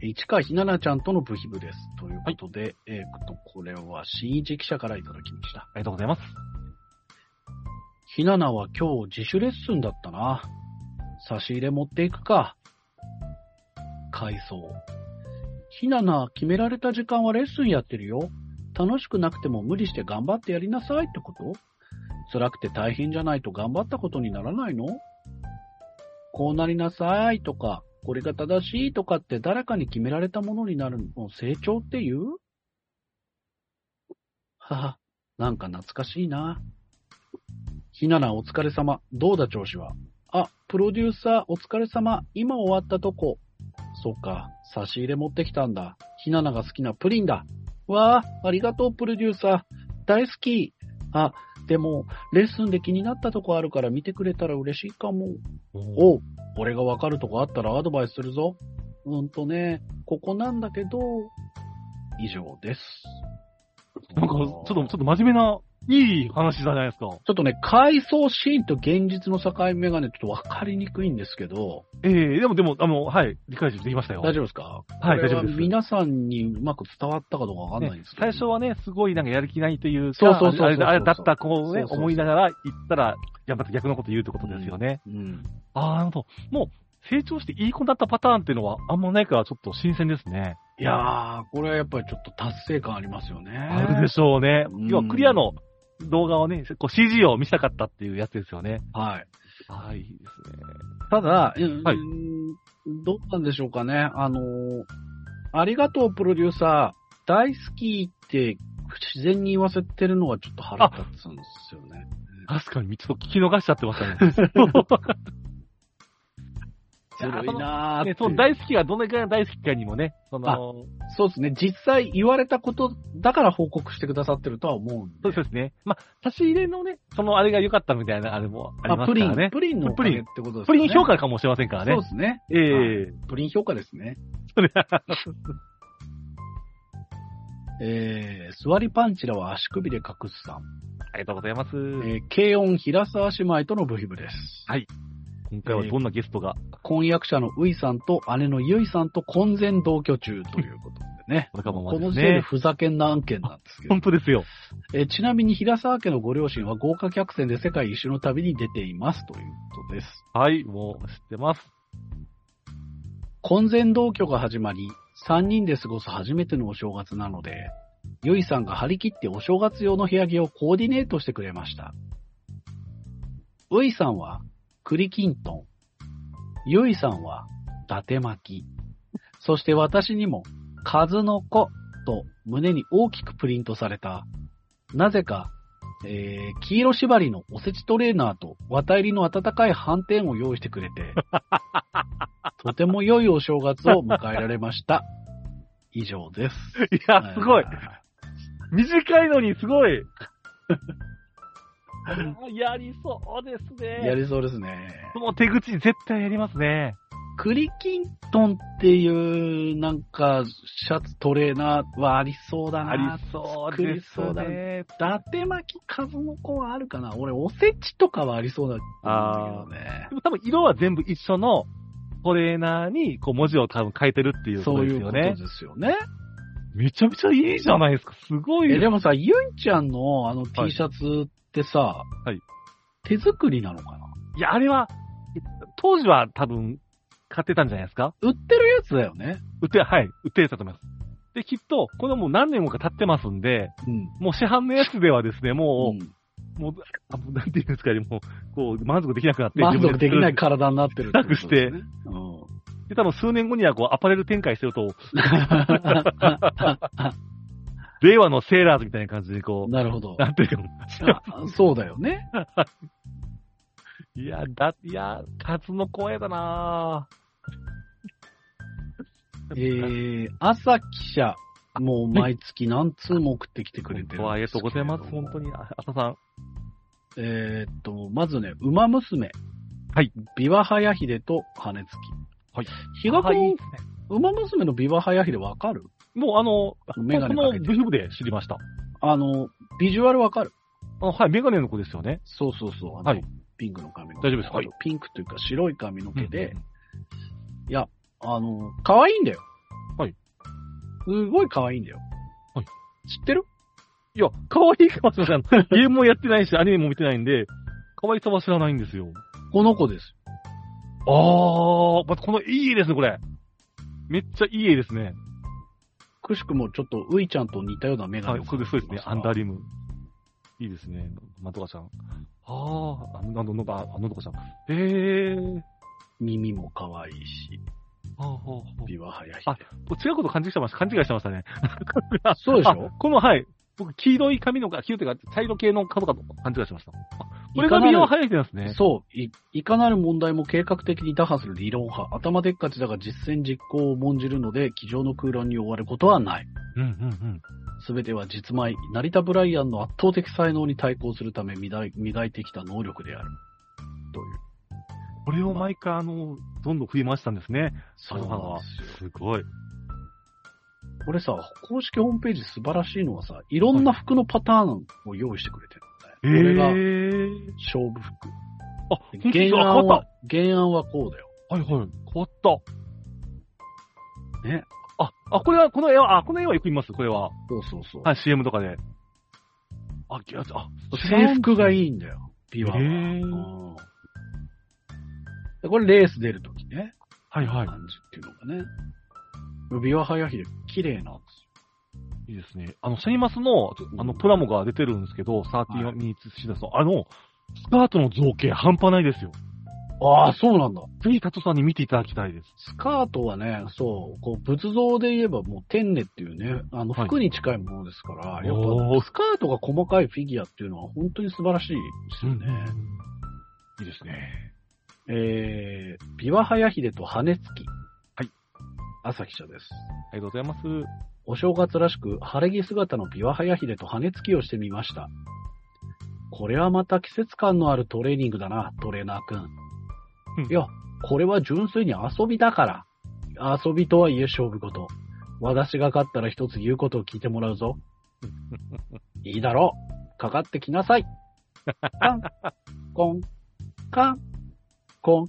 市川ひななちゃんとのブヒブです。ということで、えーっと、これは新一記者からいただきました。ありがとうございます。ひななは今日自主レッスンだったな。差し入れ持っていくか。回想。ひなな、決められた時間はレッスンやってるよ。楽しくなくても無理して頑張ってやりなさいってこと辛くて大変じゃないと頑張ったことにならないのこうなりなさいとか、これが正しいとかって誰かに決められたものになるのを成長って言うはは、なんか懐かしいな。ひななお疲れ様。どうだ調子は。あ、プロデューサーお疲れ様。今終わったとこ。そうか、差し入れ持ってきたんだ。ひななが好きなプリンだ。わあ、ありがとうプロデューサー。大好き。あ、でも、レッスンで気になったとこあるから見てくれたら嬉しいかも。おおう、俺がわかるとこあったらアドバイスするぞ。うんとね、ここなんだけど、以上です。なんか、ちょっと、ちょっと真面目な、いい話じゃないですか。ちょっとね、回想シーンと現実の境目がね、ちょっとわかりにくいんですけど、ええでも、でも、あの、はい、理解できましたよ。大丈夫ですかはい、こ大れ丈夫です。皆さんにうまく伝わったかどうかわかんないんねですけど、最初はね、すごいなんかやる気ないというか、そうそうそうそうあれあれだった子をね、そうそうそう思いながら言ったら、やっぱ逆のこと言うってことですよね。うん、ああ、なるほど。もう、成長していい子だったパターンっていうのはあんまないから、ちょっと新鮮ですね。いやー、これはやっぱりちょっと達成感ありますよね。あるでしょうねう。ん要はクリアの動画をね、こう CG を見せたかったっていうやつですよね。はい。はい、いいですね。ただ、うんはいどうなんでしょうかね。あのーありがとうプロデューサー、大好きって自然に言わせてるのがちょっと腹立つんですよね。確かに、ちょっと聞き逃しちゃってま したね。ずるいなーってねいう。その大好きがどのくらいの大好きかにもね、そあの、そうですね。実際言われたことだから報告してくださってるとは思うんそで。うですね。まあ、差し入れのね、そのあれが良かったみたいなあれもありますからね。プリン、プリンのおかげプリンってことですプよね。リン評価かもしれませんからね。そうですね。ええプリン評価ですね。そ れはえー、座りパンチラは足首で隠すさん。ありがとうございます。えー、軽音平沢姉妹とのブヒブです。今回はどんなゲストが、。婚約者のウイさんと姉のユイさんと婚前同居中ということでねこれかもまこでのす時点でね。ふざけんな案件なんですけど本。当ですよ。えーちなみに平沢家のご両親は豪華客船で世界一周の旅に出ていますということです。はい、もう知ってます。婚前同居が始まり、3人で過ごす初めてのお正月なので、ゆいさんが張り切ってお正月用の部屋着をコーディネートしてくれました。ういさんは栗きんとん、ゆいさんは伊達巻き、そして私にも数の子と胸に大きくプリントされた、なぜか、えー黄色縛りのおせちトレーナーと綿入りの温かい斑点を用意してくれて、とても良いお正月を迎えられました。以上です。いや、すごい。短いのにすごい。 やりそうですね。やりそうですね。もう手口絶対やりますね。クリキントンっていう、なんか、シャツ、トレーナーはありそうだな。ありそう作でりすそうだね。伊達巻き数の子はあるかな俺、おせちとかはありそうだと思うんだけでも多分色は全部一緒のトレーナーにこう文字を多分変えてるっていどね。うそことうでいすうよことねで。すよね。めちゃめちゃいいじゃないですか。すごいえ、でもさ、ゆいちゃんのあの T シャツってさ、はい手作りなのかないや、あれは、え当時は多分、買ってたんじゃないですか売ってるやつだよね。売って、はい、売ってたと思います。で、きっと、これはもう何年もか経ってますんで、うん。もう市販のやつではですね、もうんう、もう、あもうなんていうんですかね、もう、こう、満足できなくなって、満足自分できない作体になってるってことですね。うんるで、多分数年後には、こう、アパレル展開してると、令和のセーラーズみたいな感じで、 こなるほどう、。なんていうの、そうだよね。いや、だ、いや、数の声だなぁ。えー、朝記者、もう毎月何通も送ってきてくれてるんですけれ本当ども。はありがとうございます、本当に。あ浅さん。えーっと、まずね、馬娘。はい。ビワハヤヒデと羽根つき。はい。比嘉はいいいで、す君ね馬娘のビワハヤヒデわかるもう、あの、メガネこかのけて部品部で知りました。あの、ビジュアルわかるあはい、メガネの子ですよね。そうそうそう。あのはいピンクの髪の毛。大丈夫ですかはいあとピンクというか白い髪の毛で、いや、あの、可愛いんだよ。はい。すごい可愛いんだよ。はい。知ってるいや、可愛いかもしれない。ゲームもやってないし、アニメも見てないんで、可愛さは知らないんですよ。この子です。あー、またこのいい絵ですね、これ。めっちゃいい絵ですね。くしくもちょっと、ういちゃんと似たようなメガはネいを、そうです、そうですね。アンダーリリム。いいですね。なんとかちゃん。あー、あの、なんとか、あなんとかちゃん。えー。耳も可愛いし、あーほうほう首は早い。あ違うこと勘違いしてました。勘違いしてましたね。 そうでしあょこの、はい。僕、黄色い髪の、あ黄色というか、茶色系の角かと勘違いしてました。あこれがいかな美る容生えてますね。そうい、いかなる問題も計画的に打破する理論派。頭でっかちだが実践実行を重んじるので、机上の空欄に追われることはない。うんうんすべては実米、成田ブライアンの圧倒的才能に対抗するため磨い磨いてきた能力である。という。うん。これを毎回、あの、どんどん振り回したんですね。そうなんですよ。すごい。これさ、公式ホームページ素晴らしいのはさ、いろんな服のパターンを用意してくれてえるんだよ。これがー。勝負服。あ、本当にあ、原案 変わっは、原案はこうだよ。た。はいはい。変わった。ね。あ、あ、これは、この絵は、あ、この絵はよく見ます、これは。そうそうそう。はい、CM とかで。あ、ぎゃあ、制服がい。いいんだよ、ビワは。へうーんでこれレース出るときね、はいはい。感じっていうのがね。ビワハヤヒで綺麗なんですよ。いいですね。あの、シェイマスの、うんあの、プラモが出てるんですけど、は30いミニッツシダさん、あの、スカートの造形半端ないですよ。ああ、そうなんだ。ぜひ、タトさんに見ていただきたいです。スカートはね、そう、こう仏像で言えばもう天ネっていうね、あのはい服に近いものですから、やっおーぱスカートが細かいフィギュアっていうのは本当に素晴らしいですよね。いいですね。えー、ビワハヤヒデと羽根つき。はい。朝記者です。ありがとうございます。お正月らしく晴れ着姿のビワハヤヒデと羽根つきをしてみました。これはまた季節感のあるトレーニングだな、トレーナーくん。うんいや、これは純粋に遊びだから。遊びとはいえ勝負事。私が勝ったら一つ言うことを聞いてもら うぞ。いいだろう。かかってきなさい。カン、コン、カン、コ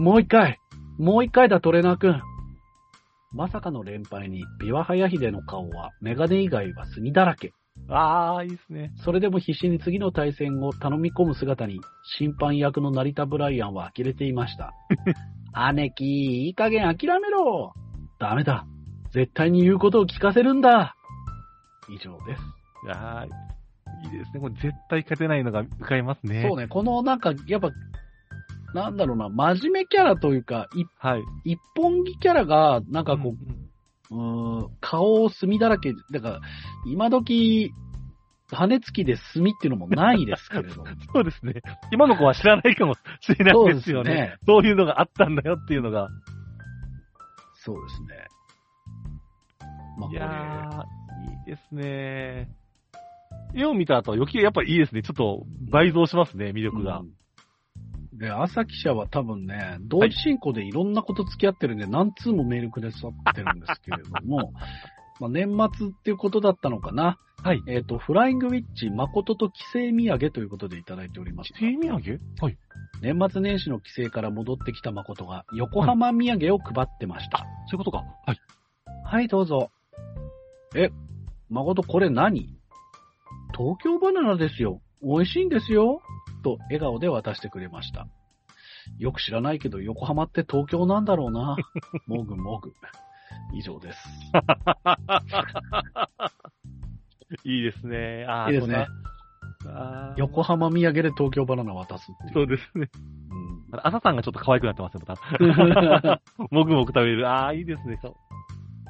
ン。もう一回、もう一回だ、トレーナーくん。まさかの連敗に、ビワハヤヒデの顔は、メガネ以外は墨だらけ。あー、いいですね。それでも必死に次の対戦を頼み込む姿に、審判役の成田ブライアンは呆れていました。姉貴、いい加減諦めろダメだ絶対に言うことを聞かせるんだ以上です。あー、いいですね。これ絶対勝てないのが浮かりますね。そうね、このなんか、やっぱ、なんだろうな、真面目キャラというか、いはい。一本木キャラが、なんかこうう、んうんうーん顔を墨だらけ、だから、今時、羽付きで墨っていうのもないですけれ ど。そうですね。今の子は知らないかもしれないですよね。そうね。いうのがあったんだよっていうのが。そうですね。いまあ、これ、やー、いいですね。絵を見た後は余計やっぱいいですね。ちょっと倍増しますね、魅力が。うんで、朝記者は多分ね、同時進行でいろんなこと付き合ってるんで、何通もメールくださってるんですけれども、 まあ年末っていうことだったのかな。はい。えっ、と、フライングウィッチ、誠と帰省土産ということでいただいておりました。手土産はい。年末年始の帰省から戻ってきた誠が横浜土産を配ってました。そういうことか。はい。はい、どうぞ。え、誠これ何東京バナナですよ。美味しいんですよ。と笑顔で渡してくれました。よく知らないけど横浜って東京なんだろう な。もぐもぐ。以上 です。 いいですね。あーいいですね。そうだあー横浜土産で東京バナナ渡すってい。そううですね。うん朝さんがちょっと可愛くなってますね、また。 もぐもぐ食べれる。あー、いいですね。そう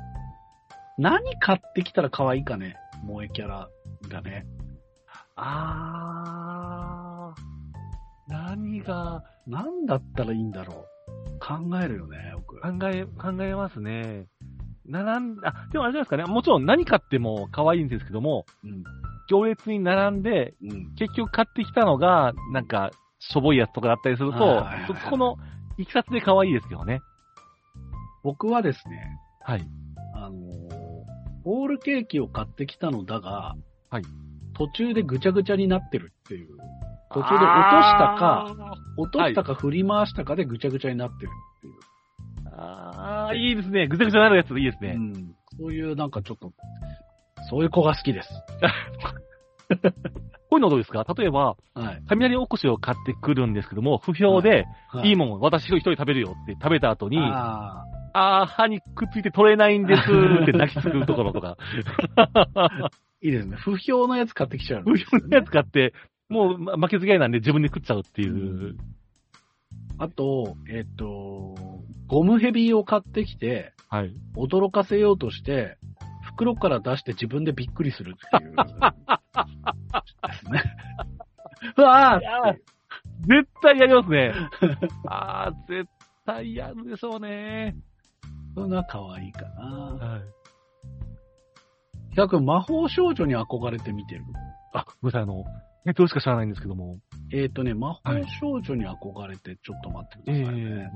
何買ってきたら可愛いかね。萌えキャラがね。あー、何が、何だったらいいんだろう。考えるよね、僕。考え、考えますね。並んあ、でもあれじゃないですかね。もちろん何買っても可愛いんですけども、うん。行列に並んで、うん。結局買ってきたのが、なんか、しょぼいやつとかだったりするとはいはいはい、そこの、いきさつで可愛いですけどね。僕はですね、はい。あのーホールケーキを買ってきたのだが、はい途中でぐちゃぐちゃになってるっていう。途中で落としたか、落としたか振り回したかでぐちゃぐちゃになってるっていう。あーあー、いいですね。ぐちゃぐちゃになるやついいですねう。ん、そういうなんかちょっと、そういう子が好きです。こういうのどうですか例えば、はい。雷おこしを買ってくるんですけども、不評で、いいもん、私一人食べるよって食べた後に、ああああー、歯にくっついて取れないんですって泣きつくところとか、いいですね。不評のやつ買ってきちゃう、。不評のやつ買って、もうま負けず嫌いなんで自分で食っちゃうっていううんあと、えっ、と、ゴムヘビを買ってきて、はい。驚かせようとして、袋から出して自分でびっくりするっ ていう。ですね。うわーって絶対やりますね。ああ、絶対やるでしょうね。そんな可愛いかな。はい。ひかくん、魔法少女に憧れて見てる。あ、ごめんなさい、あの、ネットしか知らないんですけども。えっ、とね、魔法少女に憧れて、ちょっと待ってくださいね。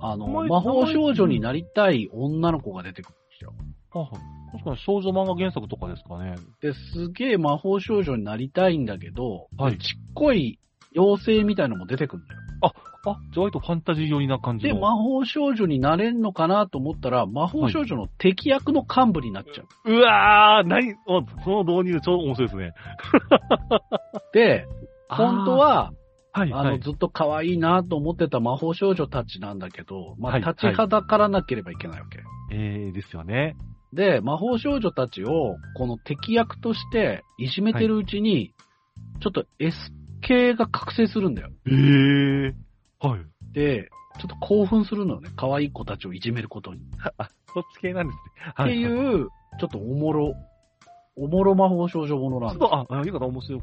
あの、お前魔法少女になりたい女の子が出てくるんですよ。あ、確かに少女漫画原作とかですかね。で、すげえ魔法少女になりたいんだけど、はい。ちっこい妖精みたいのも出てくるんだよ。あ、じゃあ割とファンタジー寄りな感じで、の。魔法少女になれるのかなと思ったら、魔法少女の敵役の幹部になっちゃう。うわー、何おその導入超面白いですね。で、本当、は、はい、あはの、い。ずっと可愛いなと思ってた魔法少女たちなんだけど、まあ、はい立ちはだからなければいけないわけ。えー、ですよね。で、魔法少女たちを、この敵役としていじめてるうちに、ちょっと S 系が覚醒するんだよ。えー、はい。で、ちょっと興奮するのよね。可愛い子たちをいじめることに。そっち系なんですね。っていははう、ちょっとおもろ、おもろ魔法少女ものちなょっんです。と、あ、あよかった、面白い。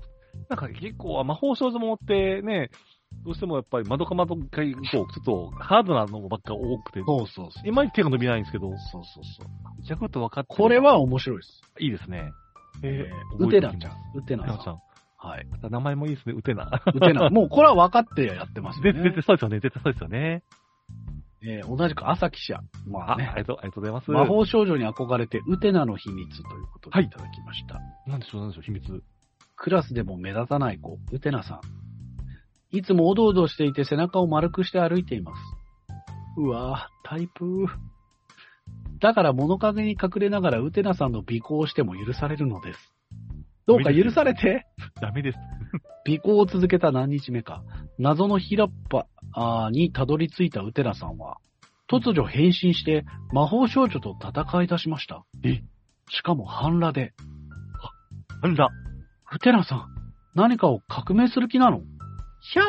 なんか結構、魔法少女もってね、どうしてもやっぱり窓か窓か以降、ちょっとハードなのばっか多くて、そうそうそう。いまいち手が伸びないんですけど、そうそうそう。逆と分かって。これは面白いです。いいですね。えー覚ウえテておナきちゃますん。。ウテウナテナちさゃん。ん。はい。また名前もいいですね、ウテナ。 ウ テナ。もうこれは分かってやってますよ絶対ね。そうですよね、絶対そうですよね。えー同じく朝記者。まあ、あねあ。りがとう、ありがとうございます。魔法少女に憧れて、ウテナの秘密ということでいただきました。なんでしょう、なんでしょう、秘密。クラスでも目立たない子、ウテナさん。いつもおどおどしていて背中を丸くして歩いています。うわぁ、タイプ。だから物陰に隠れながらウテナさんの尾行をしても許されるのです。どうか許されてダメです。尾行を続けた何日目か、謎の平っぱあーにたどり着いたウテナさんは、突如変身して魔法少女と戦い出しました。えしかも半裸で、あら、ウテナさん、何かを革命する気なのひゃ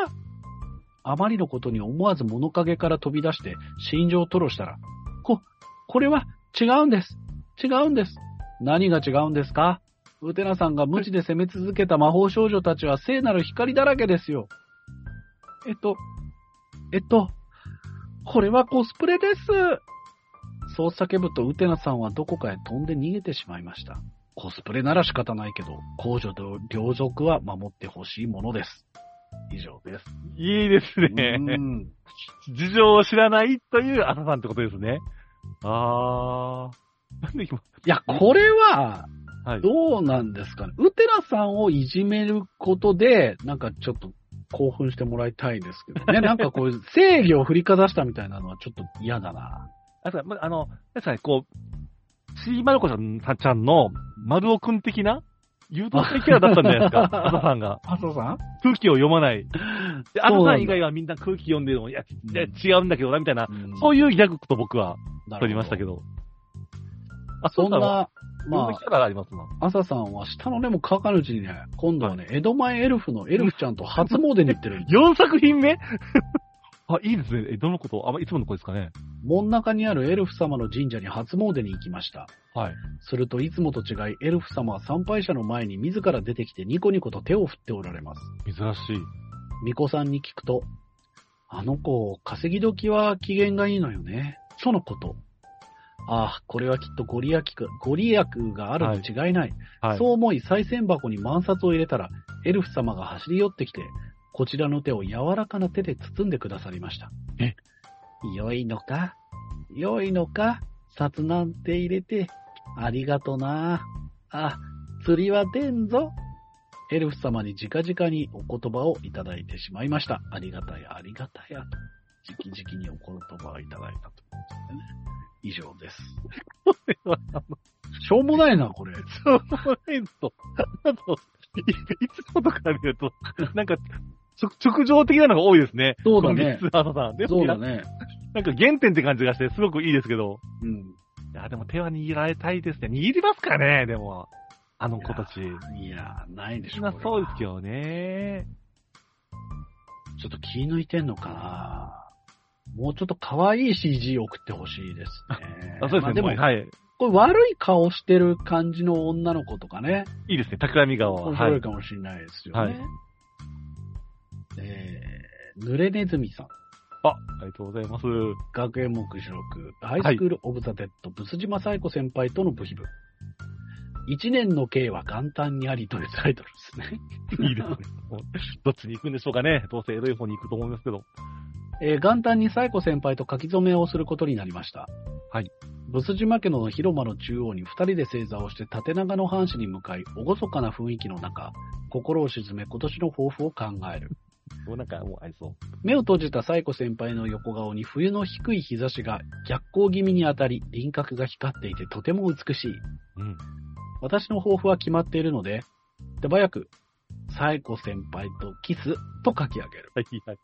あまりのことに思わず物陰から飛び出して心情を吐露したら、こ、これは違うんです。違うんです。何が違うんですかウテナさんが無知で攻め続けた魔法少女たちは聖なる光だらけですよ。えっと、えっと、これはコスプレです。そう叫ぶとウテナさんはどこかへ飛んで逃げてしまいました。コスプレなら仕方ないけど、公女と両族は守ってほしいものです。以上 です。いいですね。うん事情を知らないという朝さんってことですね。あー。 なんで今、いや、これは、はい。どうなんですかね。ウテラさんをいじめることで、なんかちょっと興奮してもらいたいですけど ね。なんかこういう正義を振りかざしたみたいなのはちょっと嫌だな。あとは、まあの、確かにこう、ちーまる子ちゃんさちゃんの、丸尾くん的な、優等生キャラだったんじゃないです か、朝さんが。麻生さん空気を読まない。で、そうなんだ朝さん以外はみんな空気読んでるの、いや、いや違うんだけどな、みたいな、そういいうギャグと僕はう取りましたけど。ど。あ、そんうだ、な、ままあ、あキ、ャラがありますな。朝さんは下の根も乾かぬうちにね、今度はね、江戸前エルフのエルフちゃんと初詣に行ってるんですよ4作品目 あ、いいですね。え、どのことあ、まいつもの子ですかね。門中にあるエルフ様の神社に初詣に行きました。はい。するといつもと違い、エルフ様は参拝者の前に自ら出てきてニコニコと手を振っておられます。珍しい。巫女さんに聞くと、あの子、稼ぎ時は機嫌がいいのよね。とのこと。ああ、これはきっとご利益か、ご利益があるに違いない。はい。そう思い、賽銭箱に万札を入れたら、エルフ様が走り寄ってきて、こちらの手を柔らかな手で包んでくださりました。え良いのか良いのか札なんて入れて、ありがとな。あ、釣りは出んぞ。エルフ様に直々にお言葉をいただいてしまいました。ありがたや、ありがたや、と、直々にお言葉をいただいたということでね。以上です。しょうもないな、これ。しょうもないと、あと、いいつもとか見ると、なんか、直直情的なのが多いですね。そうだね本日朝さん。でもそうだね。なんか原点って感じがして、すごくいいですけど。うん。いや、でも手は握られたいですね。握りますかね、でも。あの子たち。いやー、ないでしょ。今これそうですけどね。。ちょっと気抜いてんのかなもうちょっと可愛い CG 送ってほしいですね あそうですね、まあでも、もうはい。これ悪い顔してる感じの女の子とかね、いいですね、企み顔は。面は白いい。かもしれないですよね。はいえー、濡れネズミさん、あ、ありがとうございます。学園目次録、ハイスクール・オブ・ザ・デッド、ブス島サイコ先輩との部ヒブ。一年の刑は元旦にありというタイトルですね。いいですね。もうどっちに行くんでしょうかね。どうせエロい方に行くと思いますけど。えー元旦にサイコ先輩と書き初めをすることになりました。はい。ブス島家の広間の中央に二人で正座をして縦長の藩士に向かい、厳かな雰囲気の中、心を沈め今年の抱負を考える。もうなんか、もうありそう。目を閉じたサイコ先輩の横顔に冬の低い日差しが逆光気味に当たり、輪郭が光っていてとても美しい。うん。私の抱負は決まっているので、手早く、サイコ先輩とキスと書き上げる。はい、はい。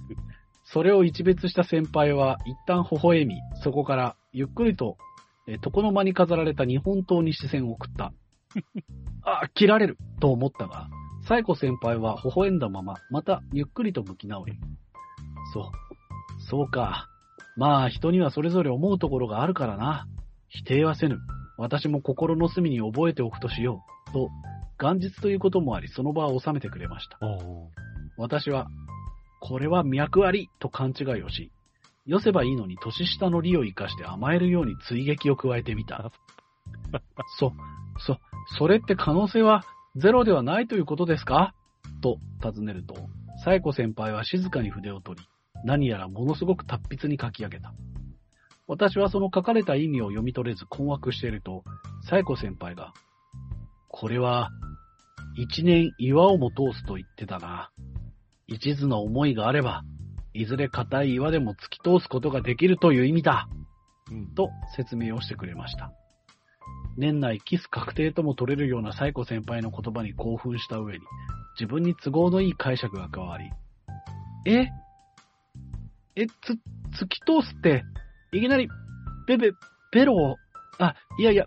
それを一別した先輩は一旦微笑み、そこからゆっくりとえー床の間に飾られた日本刀に視線を送った。 あ、切られると思ったが、サイコ先輩は微笑んだまま、またゆっくりと向き直り。そう、そうか。まあ人にはそれぞれ思うところがあるからな。否定はせぬ。私も心の隅に覚えておくとしよう。と、元日ということもあり、その場を収めてくれました。おー私は、これは脈ありと勘違いをし、寄せばいいのに年下の利を生かして甘えるように追撃を加えてみた。そ、そ、それって可能性はゼロではないということですかと尋ねると、サイコ先輩は静かに筆を取り、何やらものすごく達筆に書き上げた。私はその書かれた意味を読み取れず困惑していると、サイコ先輩が、これは、一年岩をも通すと言ってたな。一途な思いがあれば、いずれ硬い岩でも突き通すことができるという意味だ。うん。と説明をしてくれました。年内キス確定とも取れるようなサイコ先輩の言葉に興奮した上に、自分に都合のいい解釈が加わり、ええ、つ、突き通すって、いきなり、ベベ、ベロを、あ、いやいや、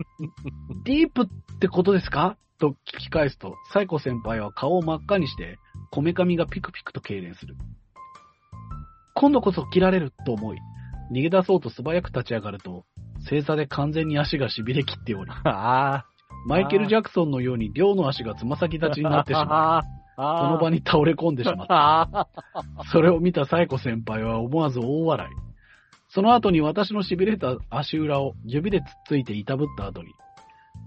ディープってことですかと聞き返すと、サイコ先輩は顔を真っ赤にして、こめかみがピクピクと痙攣する。今度こそ切られると思い、逃げ出そうと素早く立ち上がると、正座で完全に足が痺れ切っており、あマイケル・ジャクソンのように両の足がつま先立ちになってしまう。ああそあの場に。に倒れ込んでしまった。ああそれを見たサイコ先輩は思わず大笑い。その後に私の痺れた足裏を指でつっついていたぶった後に、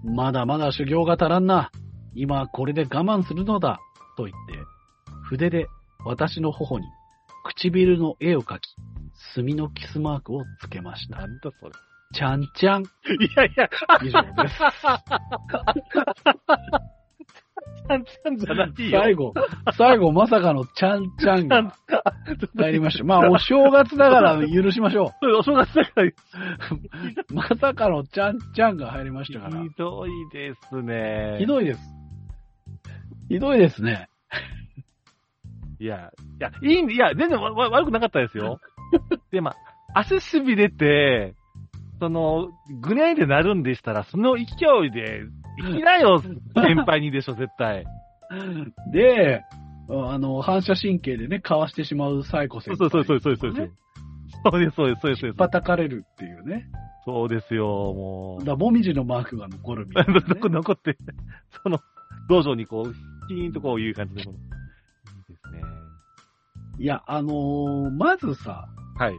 まだまだ修行が足らんな。今これで我慢するのだ。と言って、筆で私の頬に唇の絵を描き、墨のキスマークをつけました。なんだそれ。ちゃんちゃん。いやいや、以上です。ちゃんちゃんじゃないよ。最後、最後まさかのちゃんちゃんが入りました。まあ、お正月だから許しましょそうお正月だからう。まさかのちゃんちゃんが入りましたから。ひどいですね。ひどいです。ひどいですね。い。いや、いや、いいんで、いや、全然わわ悪くなかったですよ。で、まあ、足しびれて、その、ぐねいでなるんでしたら、その勢いで、いきなよ、先輩にでしょ、絶対。で、あの、反射神経でね、かわしてしまうサイコそ先う輩。そうそうそうそうそう。そうです、そうです、そうです、そうです。叩かれるっていうね。そうですよ、もだう か。らもみじのマークが残るみたいな、ね。残残って、その、道場にこう、キーンとこういう感じで。いいですね。いや、あのーまずさ、はい。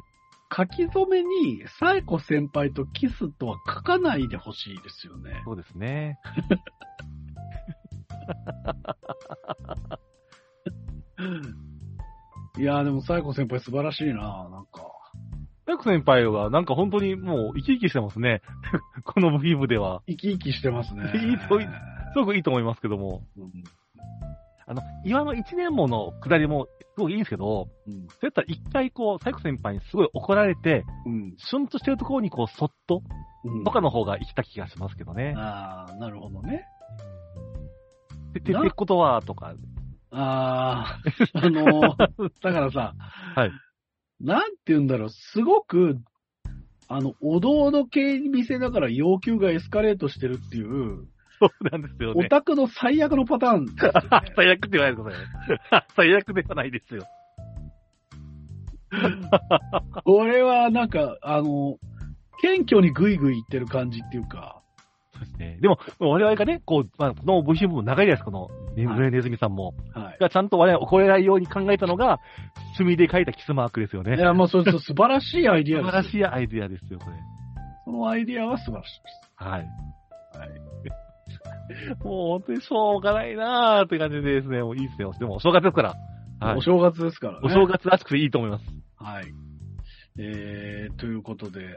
書き初めに、サイコ先輩とキスとは書かないでほしいですよね。そうですね。いやーでも、サイコ先輩素晴らしいななんか。タク先輩は、なんか本当にもう生き生きしてますね。 このブヒブでは。 生き生きしてますね。いいといすごくいいと思いますけども。うんああの、岩の一年もの下りも、すごいいいんですけど、うん。そうやったら一回こう、サイコ先輩にすごい怒られて、うん。シュンとしてるところにこう、そっと、うんとかの方が生きた気がしますけどね。ああ、なるほどね。で、てってことは、とか。ああ、あのー、だからさ、はい。なんて言うんだろう、すごく、あの、おどおど系店だから要求がエスカレートしてるっていう、そうなんですよオね。タクの最悪のパタ ーンですよね、最悪ではないですよね。最悪ではないですよ。これはなんか、あの、謙虚にグイグイいってる感じっていうか、そうですね。でも、我々がね、こう、まあ、この VC 部も長いじゃないですか、この、ねはいブレネズミさんも。はい。がちゃんと我々を怒れないように考えたのが、墨で書いたキスマークですよいね。や、まあ、それ、そう素晴らしいアイディ素晴アでらす。しいアイディアですよ、これ。そのアイディアは素晴らしいです。はい。はい。もう本当にしょうがないなーって感じでですね、もういいですよ。でも、お正月ですから。はいお。正月ですからね。お正月らしくていいと思います。はい。えー、ということで、えー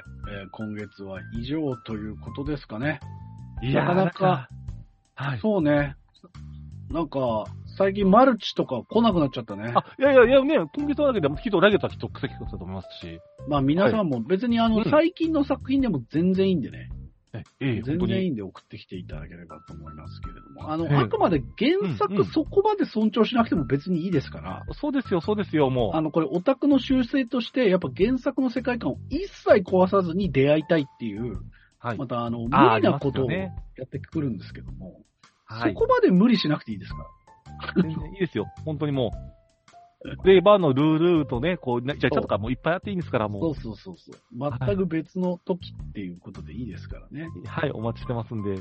今月は以上ということですかね。いやーなかなか。はい。そうね。なんか、最近マルチとか来なくなっちゃったね。あ、いやいやいや、ね、今月はだけでも、きっと来月はきっと奇跡だと思いますし。まあ皆さんも別にあの、うん最近の作品でも全然いいんでね。え、ええ、本全当に。然いいんで送ってきていただければと思いますけれども。あの、ええあくまで原うんう作んそこまで尊重しなくても別にいいですから。そうですよ、そうですよ、もう。あの、これオタクの習性として、やっぱ原作の世界観を一切壊さずに出会いたいっていう、はいま。たあの、無あー理なことをありますよやねってくるんですけども、はいそこまで無理しなくていいですから。全然いいですよ、本当にもう。レイバーのルールとね、こう、なじゃあ、ちょっとかもういっぱいあっていいんですから、そもうそうそうそう。全く別の時っていうことでいいですからね。う。はい、お待ちしてますんで。い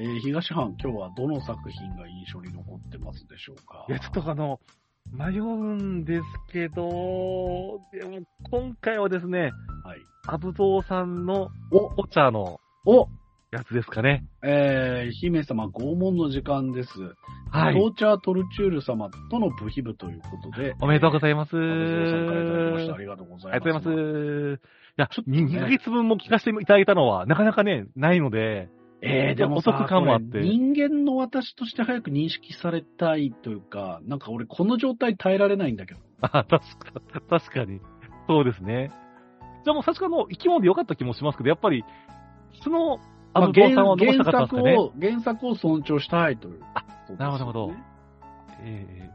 えー東藩、今日はどの作品が印象に残ってますでしょうかや、ちょっとあの、迷うんですけど、でも、今回はですね、はい。アブゾウさんのお、お茶のお、やつですかね。えー、姫様拷問の時間です。はトい。ーチャートルチュール様との部秘部ということで。おめでとうございいます。ます。安藤さんからいただきました。あありりがとうございます。がとうございまます。いや、ちょっと 2, ヶ月分も聞かせていただいたのは、なかなかね、ないので、えー、でもおさ得感もあってこれ人間の私として早く認識されたいというか、なんか俺この状態耐えられないんだけど。あ、確か、確かに。そうですね。じゃあもう、確かの生き物で良かった気もしますけど、やっぱり、その、まアあブゾウさんは残原したかったん原です作かね。を、原作を尊重したいということですよね。なるほどなるほどえええ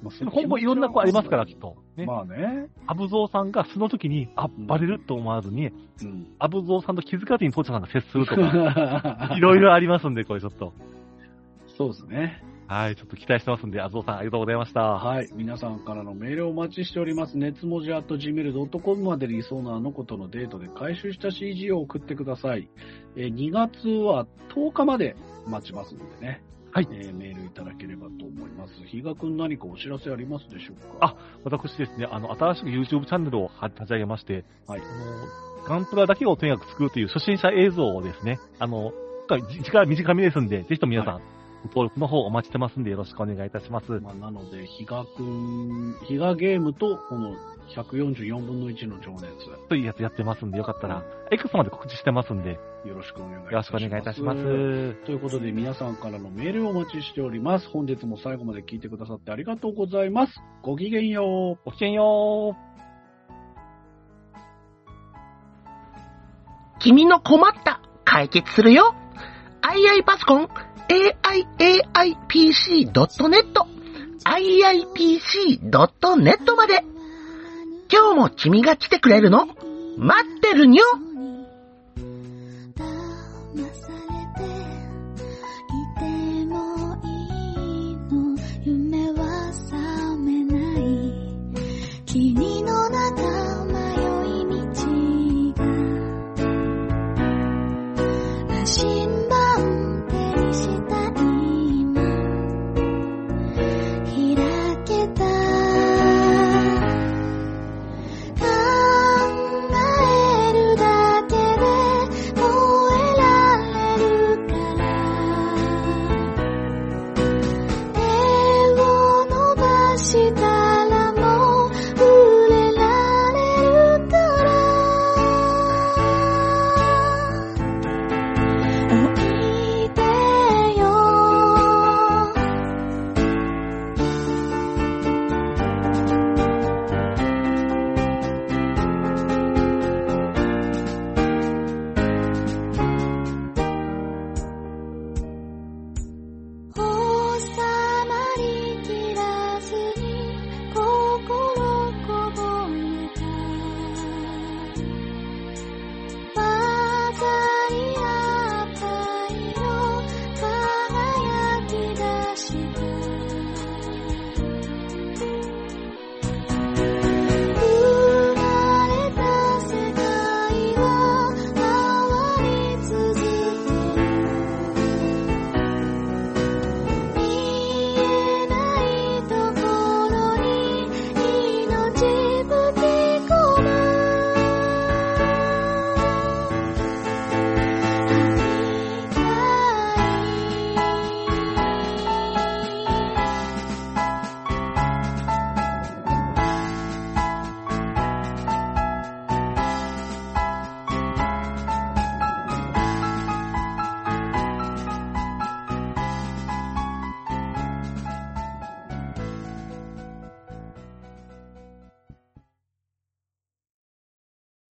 まあえでも今後いろんな子ありますから、きっと。ね。まあね。アブゾウさんがその時に、あっんバレると思わずに、うん。アブゾウさんと気づかずに父ちゃんが接すると か、いいろい。ろありますんで、これちょっと。 そうですね。はい、ちょっと期待してますんで、アブゾウさんありがとうございました。ははい。皆さんからのメールをお待ちしております。熱文字 at gmail.com まで理想のあの子とのデートで回収した CG を送ってください。えー2月は10日まで待ちますのでね。はいえーメールいただければと思います。比嘉くん何かお知らせありますでしょうあか私ですね、あの、新しく YouTube チャンネルを立ち上げまして、はいあの、ガンプラだけをとにかく作るという初心者映像をですね、あの、今回時間短めですんで、ぜひとも皆さん、登録の方お待ちしてますんで、よろしくお願いいたします。まあ、なので、比嘉くん、比嘉ゲームと、この144分の1の情熱、というやつやってますんで、よかったら、X まで告知してますんで、よよろしくお願いいたします。ろしくお願いいたします。ということで、皆さんからのメールをお待ちしております。本日も最後まで聞いてくださってありがとうございます。ごきげんよう。ごきげんよう。君の困った解決するよ !II パソコン aiaipc.net iipc.net まで今日も君が来てくれるの待ってるにょ騙されていてもいいの夢は覚めない君の